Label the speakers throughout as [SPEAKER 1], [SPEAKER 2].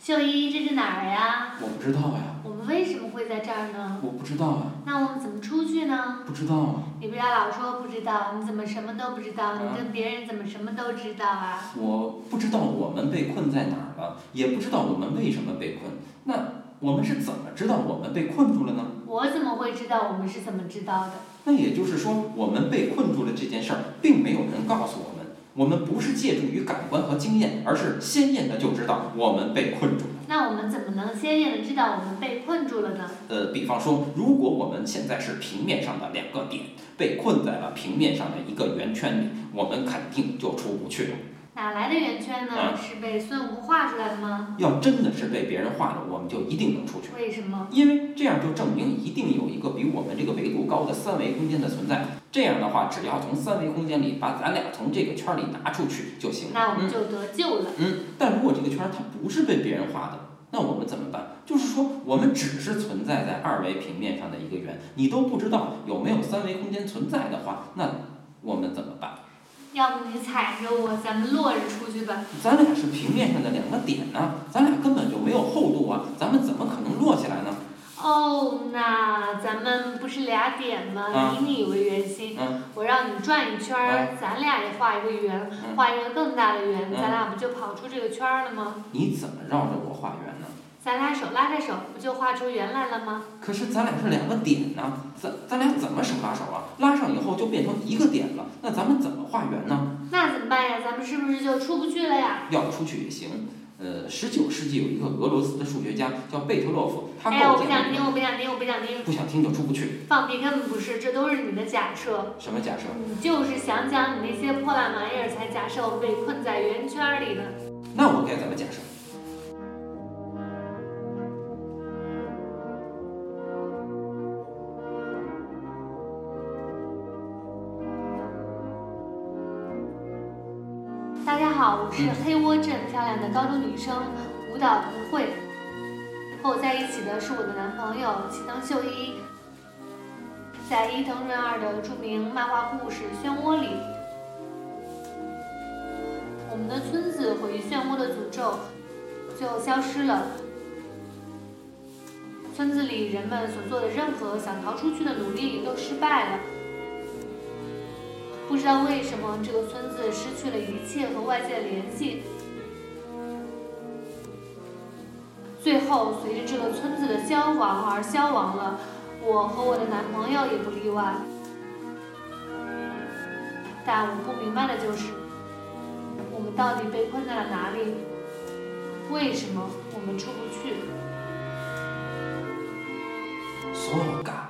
[SPEAKER 1] 秀一，这是哪儿呀？
[SPEAKER 2] 我不知道呀，
[SPEAKER 1] 我们为什么会在这儿呢？
[SPEAKER 2] 我不知道呀，
[SPEAKER 1] 那我们怎么出去呢？
[SPEAKER 2] 不知道啊，
[SPEAKER 1] 你不要老说不知道，你怎么什么都不知道？
[SPEAKER 2] 啊
[SPEAKER 1] 你跟别人怎么什么都知道啊？
[SPEAKER 2] 我不知道我们被困在哪儿了，也不知道我们为什么被困。那我们是怎么知道我们被困住了呢？
[SPEAKER 1] 我怎么会知道我们是怎么知道的？
[SPEAKER 2] 那也就是说，我们被困住了这件事儿，并没有人告诉我们。我们不是借助于感官和经验，而是鲜艳的就知道我们被困住了。
[SPEAKER 1] 那我们怎么能鲜艳的知道我们被困住了呢？
[SPEAKER 2] 呃，比方说，如果我们现在是平面上的两个点，被困在了平面上的一个圆圈里，我们肯定就出不去了。
[SPEAKER 1] 哪来的圆圈呢？
[SPEAKER 2] 啊
[SPEAKER 1] 是被孙悟空画出来的吗？
[SPEAKER 2] 要真的是被别人画了，我们就一定能出去，
[SPEAKER 1] 为什么？
[SPEAKER 2] 因为这样就证明一定有一个比我们这个维度高的三维空间的存在。这样的话，只要从三维空间里把咱俩从这个圈儿里拿出去就行了。
[SPEAKER 1] 那我
[SPEAKER 2] 嗯
[SPEAKER 1] 们就得救了。
[SPEAKER 2] 但如果这个圈儿它不是被别人画的，那我们怎么办？就是说，我们只是存在在二维平面上的一个圆，你都不知道有没有三维空间存在的话，那我们怎么办？
[SPEAKER 1] 要不你踩着我，咱们落着出去吧。
[SPEAKER 2] 咱俩是平面上的两个点呢、咱俩根本就没有厚度啊，咱们怎么可能落下来呢？
[SPEAKER 1] 哦，那咱们不是俩点吗？
[SPEAKER 2] 嗯
[SPEAKER 1] 以你为圆心，
[SPEAKER 2] 嗯
[SPEAKER 1] 我让你转一圈儿，咱俩也画一个圆，
[SPEAKER 2] 啊嗯
[SPEAKER 1] 画一个更大的圆，
[SPEAKER 2] 嗯
[SPEAKER 1] 咱俩不就跑出这个圈儿了吗？
[SPEAKER 2] 你怎么绕着我画圆呢？
[SPEAKER 1] 咱俩手拉着手，不就画出圆来了吗？
[SPEAKER 2] 可是咱俩是两个点呢、咱咱俩怎么手拉手啊？拉上以后就变成一个点了，那咱们怎么画圆呢？
[SPEAKER 1] 那怎么办呀？咱们是不是就出不去了呀？
[SPEAKER 2] 要出去也行。呃，十九世纪有一个俄罗斯的数学家叫贝特洛夫，他
[SPEAKER 1] 哎呀，我
[SPEAKER 2] 构
[SPEAKER 1] 不
[SPEAKER 2] 建了
[SPEAKER 1] 想
[SPEAKER 2] 一
[SPEAKER 1] 听，
[SPEAKER 2] 个
[SPEAKER 1] 我不想听，我不想听！
[SPEAKER 2] 不想听就出不去。
[SPEAKER 1] 放屁根本不是，这都是你的假设，
[SPEAKER 2] 什么假设？
[SPEAKER 1] 你就是想讲你那些破烂玩意儿，才假设我被困在圆圈儿里呢。
[SPEAKER 2] 那我该怎么假设？
[SPEAKER 1] 大家好，我是
[SPEAKER 2] 嗯
[SPEAKER 1] 黑窝镇漂亮的高中女生舞蹈童慧，和我在一起的是我的男朋友齐藤秀一。在伊藤润二的著名漫画故事《漩涡》里，我们的村子毁于漩涡的诅咒，最后消失了。村子里人们所做的任何想逃出去的努力都失败了。不知道为什么，这个村子失去了一切和外界的联系。最后，随着这个村子的消亡而消亡了，我和我的男朋友也不例外。但我不明白的就是，我们到底被困在了哪里？为什么我们出不去？
[SPEAKER 2] 所有感。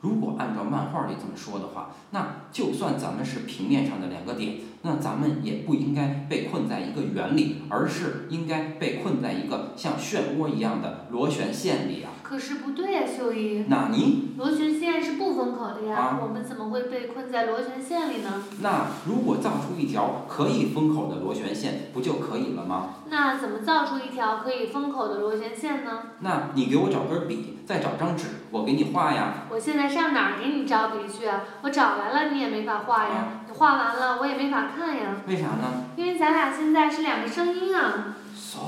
[SPEAKER 2] 如果按照漫画里这么说的话，那就算咱们是平面上的两个点，那咱们也不应该被困在一个圆里，而是应该被困在一个像漩涡一样的螺旋线里啊。
[SPEAKER 1] 可是不对呀、秀一，
[SPEAKER 2] 那你
[SPEAKER 1] 螺旋线是不封口的呀，
[SPEAKER 2] 啊
[SPEAKER 1] 我们怎么会被困在螺旋线里呢？
[SPEAKER 2] 那如果造出一条可以封口的螺旋线，不就可以了吗？
[SPEAKER 1] 那怎么造出一条可以封口的螺旋线呢？
[SPEAKER 2] 那你给我找根笔，再找张纸，我给你画呀。
[SPEAKER 1] 我现在上哪儿给你找笔去啊？我找来了，你也没法画呀。你画完了，我也没法看呀，
[SPEAKER 2] 为啥呢
[SPEAKER 1] 因为咱俩现在是两个声音啊。
[SPEAKER 2] ？So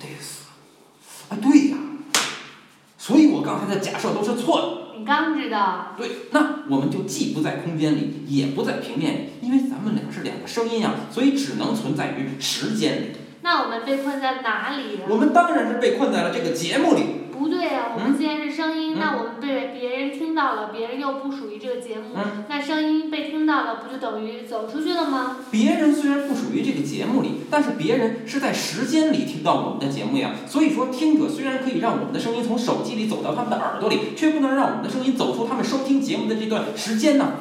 [SPEAKER 2] this。啊，对呀。所以我刚才的假设都是错的。
[SPEAKER 1] 你刚知道，
[SPEAKER 2] 对，那我们就既不在空间里，也不在平面里，因为咱们俩是两个声音啊，所以只能存在于时间里。
[SPEAKER 1] 那我们被困在哪里呀、
[SPEAKER 2] 我们当然是被困在了这个节目里。
[SPEAKER 1] 不对呀、我们既然是声音，
[SPEAKER 2] 嗯
[SPEAKER 1] 那我们被别人听到了，别人又不属于这个节目，
[SPEAKER 2] 嗯
[SPEAKER 1] 那声音被听到了，不就等于走出去了吗？
[SPEAKER 2] 别人虽然不属于这个节目里，但是别人是在时间里听到我们的节目呀。所以说，听者虽然可以让我们的声音从手机里走到他们的耳朵里，却不能让我们的声音走出他们收听节目的这段时间呢。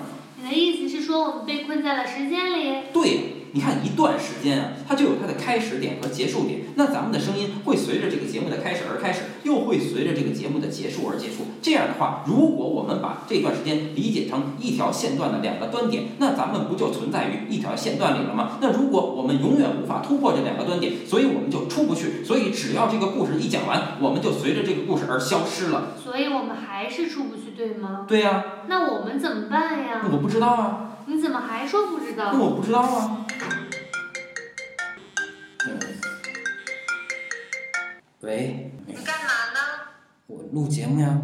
[SPEAKER 1] 你的意思是说我们被困在了时间里？
[SPEAKER 2] 对，你看一段时间啊，它就有它的开始点和结束点。那咱们的声音会随着这个节目的开始而开始，又会随着这个节目的结束而结束。这样的话，如果我们把这段时间理解成一条线段的两个端点，那咱们不就存在于一条线段里了吗？那如果我们永远无法突破这两个端点，所以我们就出不去。所以只要这个故事一讲完，我们就随着这个故事而消失了。
[SPEAKER 1] 所以我们还是出不去，对吗？
[SPEAKER 2] 对呀、
[SPEAKER 1] 那我们怎么办呀？
[SPEAKER 2] 那我不知道啊，
[SPEAKER 1] 你怎么还说不知道
[SPEAKER 2] 那？我不知道啊。嗯喂，
[SPEAKER 3] 你干嘛呢？
[SPEAKER 2] 我录节目呀，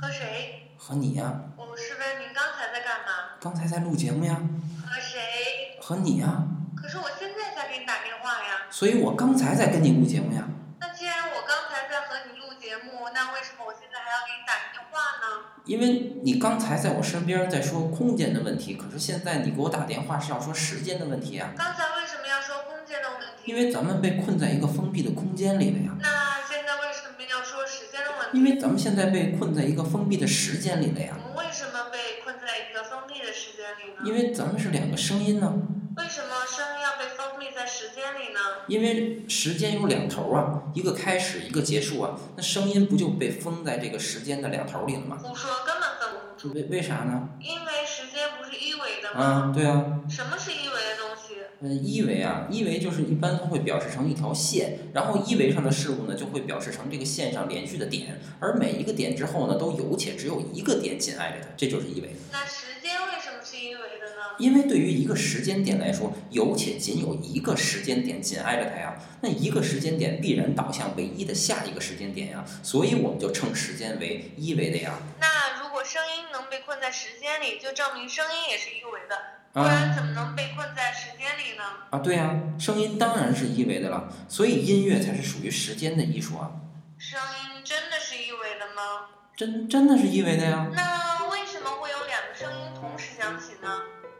[SPEAKER 3] 和谁？
[SPEAKER 2] 和你呀，
[SPEAKER 3] 我是问您刚才在干嘛？
[SPEAKER 2] 刚才在录节目呀，
[SPEAKER 3] 和谁？
[SPEAKER 2] 和你呀，
[SPEAKER 3] 可是我现在才给你打电话呀。
[SPEAKER 2] 所以我刚才在跟你录节目呀。
[SPEAKER 3] 那既然我刚才在和你录节目，那为什么我现在还要给你打电话呢？
[SPEAKER 2] 因为你刚才在我身边在说空间的问题，可是现在你给我打电话是要说时间的问题呀，
[SPEAKER 3] 刚才为什么要说空间的问题？
[SPEAKER 2] 因为咱们被困在一个封闭的空间里了呀，
[SPEAKER 3] 那现在为什么要说时间的问题？
[SPEAKER 2] 因为咱们现在被困在一个封闭的时间里了
[SPEAKER 3] 我
[SPEAKER 2] 呀，
[SPEAKER 3] 们为什么被困在一个封闭的时间里
[SPEAKER 2] 因
[SPEAKER 3] 呢？
[SPEAKER 2] 为咱们是两个声音呢，
[SPEAKER 3] 为什么声音要被封闭在时间里呢？
[SPEAKER 2] 因为时间有两头啊，一个开始，一个结束啊，那声音不就被封在这个时间的两头里了吗？
[SPEAKER 3] 胡说，根本分不住，
[SPEAKER 2] 为为啥呢？
[SPEAKER 3] 因为时间不是一维的吗？
[SPEAKER 2] 啊，对啊，
[SPEAKER 3] 什么是一维的东西？
[SPEAKER 2] 嗯，一维啊，一维就是一般它会表示成一条线，然后一维上的事物呢就会表示成这个线上连续的点，而每一个点之后呢都有且只有一个点紧挨着它，这就是一维。
[SPEAKER 3] 那时间为什么是一维的呢？
[SPEAKER 2] 因为对于一个时间点来说，有且仅有一个时间点紧挨着它呀，那一个时间点必然导向唯一的下一个时间点呀，所以我们就称时间为一维的呀。
[SPEAKER 3] 那如果声音能被困在时间里，就证明声音也是一维的，不
[SPEAKER 2] 啊
[SPEAKER 3] 然怎么能被困在时间里呢？
[SPEAKER 2] 啊，对呀、声音当然是一维的了，所以音乐才是属于时间的艺术啊，
[SPEAKER 3] 声音真的是一维的吗？
[SPEAKER 2] 真真的是一维的呀。
[SPEAKER 3] 那为什么会有两个声音同时响起呢？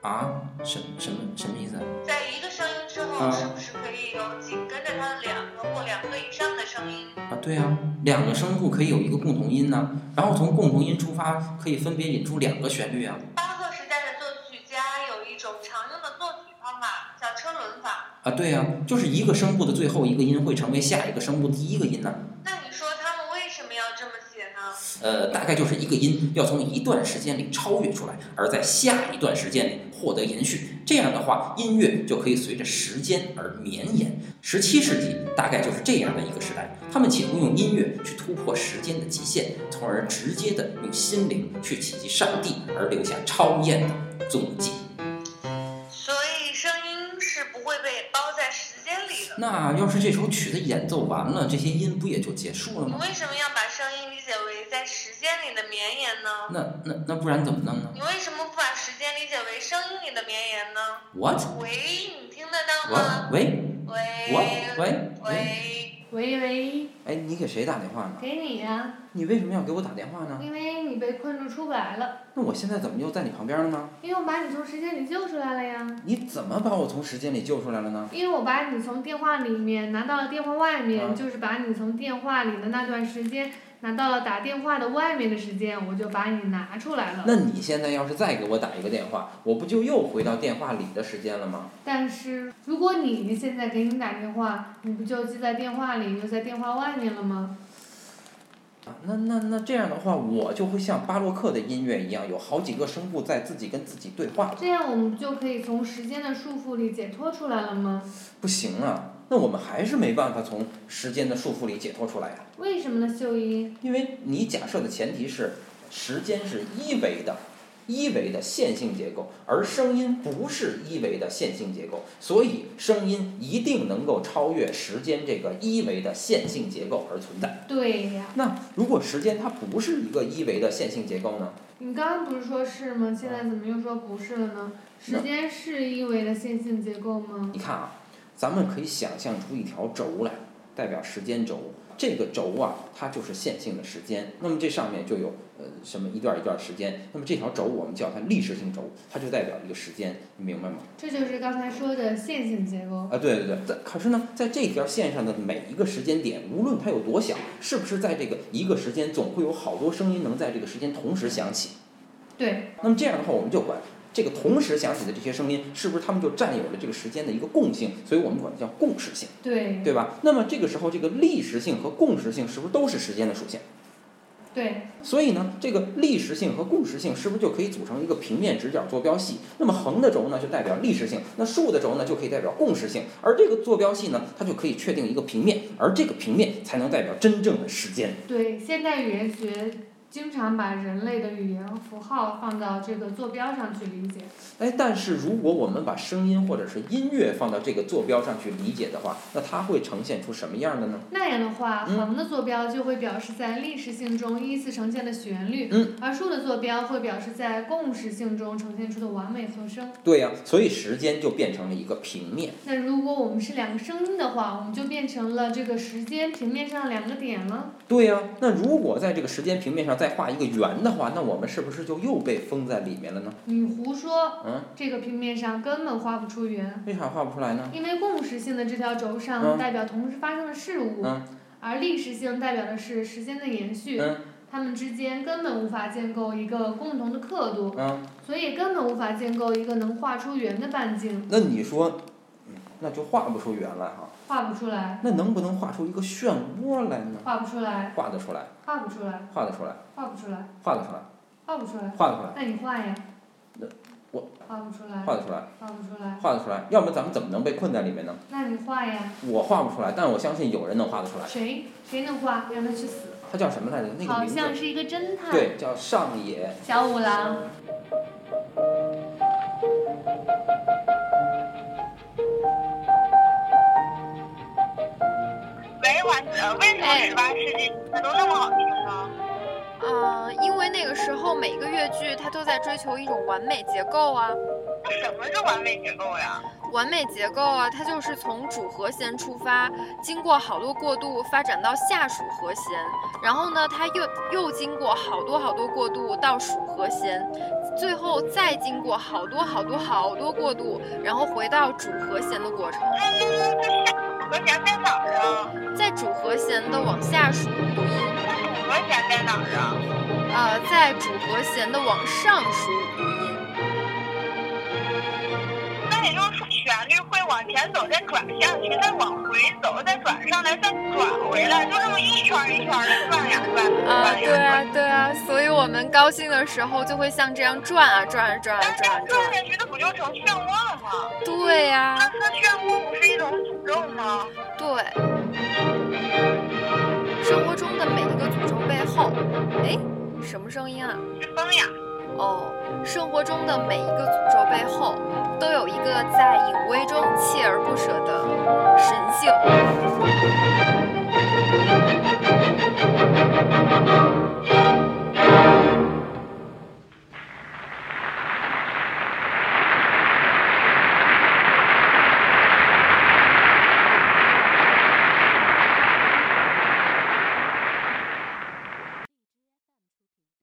[SPEAKER 2] 啊，什什么什么意思啊？
[SPEAKER 3] 在一个声音之
[SPEAKER 2] 啊
[SPEAKER 3] 后，是不是可以有紧跟着它的两个或两个以上的声音？
[SPEAKER 2] 啊，对啊，两个声部可以有一个共同音呢、然后从共同音出发，可以分别引出两个旋律啊。
[SPEAKER 3] 巴赫时代的作曲家有一种常用的作曲方法，叫车轮法。
[SPEAKER 2] 啊，对啊，就是一个声部的最后一个音会成为下一个声部第一个音呢、
[SPEAKER 3] 那你说他们为什么要这么写呢？
[SPEAKER 2] 呃，大概就是一个音要从一段时间里超越出来，而在下一段时间里获得延续。这样的话，音乐就可以随着时间而绵延。十七世纪大概就是这样的一个时代，他们企图用音乐去突破时间的极限，从而直接的用心灵去企及上帝，而留下超验的踪迹。
[SPEAKER 3] 所以声音是不会被包在时间里的。
[SPEAKER 2] 那要是这首曲子演奏完了，这些音不也就结束了
[SPEAKER 3] 你
[SPEAKER 2] 吗？
[SPEAKER 3] 为什么要把声音理解为在时间里的绵延呢？
[SPEAKER 2] 那那那不然怎么弄呢
[SPEAKER 3] 你为什么不把时间理解为声音里的绵延呢？
[SPEAKER 2] ？What？
[SPEAKER 3] 喂，你听得到
[SPEAKER 2] 我
[SPEAKER 3] 吗？
[SPEAKER 2] 喂我
[SPEAKER 3] 喂
[SPEAKER 2] 喂喂！
[SPEAKER 3] 喂，
[SPEAKER 1] 喂喂，
[SPEAKER 2] 哎，你给谁打电话呢？
[SPEAKER 1] 给你呀、
[SPEAKER 2] 你为什么要给我打电话呢？
[SPEAKER 1] 因为你被困住出不来了，
[SPEAKER 2] 那我现在怎么又在你旁边了呢？
[SPEAKER 1] 因为我把你从时间里救出来了呀。
[SPEAKER 2] 你怎么把我从时间里救出来了呢？
[SPEAKER 1] 因为我把你从电话里面拿到了电话外面，
[SPEAKER 2] 啊
[SPEAKER 1] 就是把你从电话里的那段时间拿到了打电话的外面的时间，我就把你拿出来了。
[SPEAKER 2] 那你现在要是再给我打一个电话，我不就又回到电话里的时间了吗？
[SPEAKER 1] 但是如果你现在给你打电话，你不就既在电话里又在电话外面了吗？
[SPEAKER 2] 啊，那那那这样的话，我就会像巴洛克的音乐一样，有好几个声部在自己跟自己对话。
[SPEAKER 1] 这样我们就可以从时间的束缚里解脱出来了吗？
[SPEAKER 2] 不行啊，那我们还是没办法从时间的束缚里解脱出来啊呀、
[SPEAKER 1] 为什么呢，秀一？
[SPEAKER 2] 因为你假设的前提是时间是一维的，一维的线性结构，而声音不是一维的线性结构，所以声音一定能够超越时间这个一维的线性结构而存在。
[SPEAKER 1] 对呀，
[SPEAKER 2] 那如果时间它不是一个一维的线性结构呢？
[SPEAKER 1] 你刚刚不是说是吗？现在怎么又说不是了呢？时间是一维的线性结构吗？
[SPEAKER 2] 你看啊，咱们可以想象出一条轴来，代表时间轴。这个轴啊，它就是线性的时间。那么这上面就有呃什么一段一段时间。那么这条轴我们叫它历史性轴，它就代表一个时间，你明白吗？
[SPEAKER 1] 这就是刚才说的线性结构。
[SPEAKER 2] 啊，对对对，在可是呢，在这条线上的每一个时间点，无论它有多小，是不是在这个一个时间，总会有好多声音能在这个时间同时响起。
[SPEAKER 1] 对，
[SPEAKER 2] 那么这样的话，我们就管这个同时响起的这些声音，是不是它们就占有了这个时间的一个共性？所以我们管它叫共识性，
[SPEAKER 1] 对，
[SPEAKER 2] 对吧？那么这个时候，这个历时性和共识性是不是都是时间的属性？
[SPEAKER 1] 对，
[SPEAKER 2] 所以呢，这个历时性和共时性是不是就可以组成一个平面直角坐标系？那么横的轴呢，就代表历时性；那竖的轴呢，就可以代表共时性。而这个坐标系呢，它就可以确定一个平面，而这个平面才能代表真正的时间。
[SPEAKER 1] 对。现代语言学
[SPEAKER 4] 经常把人类的语言符号放到这个坐标上去理解。
[SPEAKER 2] 哎，但是如果我们把声音或者是音乐放到这个坐标上去理解的话，那它会呈现出什么样的呢？
[SPEAKER 4] 那样的话，
[SPEAKER 2] 嗯
[SPEAKER 4] 横的坐标就会表示在历史性中依次呈现的旋律，
[SPEAKER 2] 嗯
[SPEAKER 4] 而竖的坐标会表示在共识性中呈现出的完美和声。
[SPEAKER 2] 对呀、所以时间就变成了一个平面。
[SPEAKER 4] 那如果我们是两个声音的话，我们就变成了这个时间平面上两个点了。
[SPEAKER 2] 对呀、那如果在这个时间平面上再画一个圆的话，那我们是不是就又被封在里面了呢？
[SPEAKER 4] 你胡说，
[SPEAKER 2] 嗯，
[SPEAKER 4] 这个平面上根本画不出圆，
[SPEAKER 2] 为啥画不出来呢？
[SPEAKER 4] 因为共识性的这条轴
[SPEAKER 2] 嗯
[SPEAKER 4] 上代表同时发生的事物，
[SPEAKER 2] 嗯
[SPEAKER 4] 而历史性代表的是时间的延续。
[SPEAKER 2] 嗯
[SPEAKER 4] 它们之间根本无法建构一个共同的刻度，
[SPEAKER 2] 嗯，
[SPEAKER 4] 所以根本无法建构一个能画出圆的半径，
[SPEAKER 2] 那你说，嗯那就画不出圆来哈、
[SPEAKER 4] 画不出来，
[SPEAKER 2] 那能不能画出一个漩涡来呢？
[SPEAKER 4] 画不出来，
[SPEAKER 2] 画得出来，
[SPEAKER 4] 画不出来，
[SPEAKER 2] 画得出来，
[SPEAKER 4] 画不出来，
[SPEAKER 2] 画得出来，
[SPEAKER 4] 画不出来。
[SPEAKER 2] 画得出来，
[SPEAKER 4] 那你画呀
[SPEAKER 2] 那。我
[SPEAKER 4] 画不出来，
[SPEAKER 2] 画得出来，
[SPEAKER 4] 画不出来。
[SPEAKER 2] 画得出来，要不然咱们怎么能被困在里面呢？
[SPEAKER 4] 那你画呀，
[SPEAKER 2] 我画不出来，但我相信有人能画得出来。
[SPEAKER 4] 谁谁能画，让他去死。
[SPEAKER 2] 他叫什么来着？那个
[SPEAKER 1] 好
[SPEAKER 2] 名字
[SPEAKER 1] 像是一个侦探。
[SPEAKER 2] 对，叫上野。
[SPEAKER 1] 小五郎。
[SPEAKER 3] 没完，呃，为什么十八世纪那都那么好听呢？
[SPEAKER 5] 呃，因为那个时候每一个越剧它都在追求一种完美结构啊，
[SPEAKER 3] 那什么是完美结构呀？
[SPEAKER 5] 完美结构啊，它就是从主和弦出发，经过好多过渡发展到下属和弦，然后呢，它又又经过好多好多过渡到属和弦，最后再经过好多好多好多过渡，然后回到主和弦的过程。
[SPEAKER 3] 和弦在哪儿啊？
[SPEAKER 5] 在主和弦的往下数读音，
[SPEAKER 3] 那主和弦在哪儿啊？
[SPEAKER 5] 呃，在主和弦的往上数读音。
[SPEAKER 3] 那也就是说，旋律会往前走，再转下去，再往回走，再转上来，再转回来，就这么一圈儿一圈儿的转呀转，
[SPEAKER 5] 啊，
[SPEAKER 3] 转
[SPEAKER 5] 对
[SPEAKER 3] 呀
[SPEAKER 5] 啊，对啊，所以我们高兴的时候就会像这样转啊转啊转啊
[SPEAKER 3] 转。
[SPEAKER 5] 转啊
[SPEAKER 3] 但是
[SPEAKER 5] 转
[SPEAKER 3] 转
[SPEAKER 5] 啊。
[SPEAKER 3] 下去，那不就成漩涡了吗？
[SPEAKER 5] 对呀、
[SPEAKER 3] 那那漩涡不是一种诅咒吗？
[SPEAKER 5] 对。生活中的每一个诅咒背后，哎，什么声音啊？
[SPEAKER 3] 是风呀。
[SPEAKER 5] 哦，生活中的每一个诅咒背后，都有一个在隐微中锲而不舍的神性。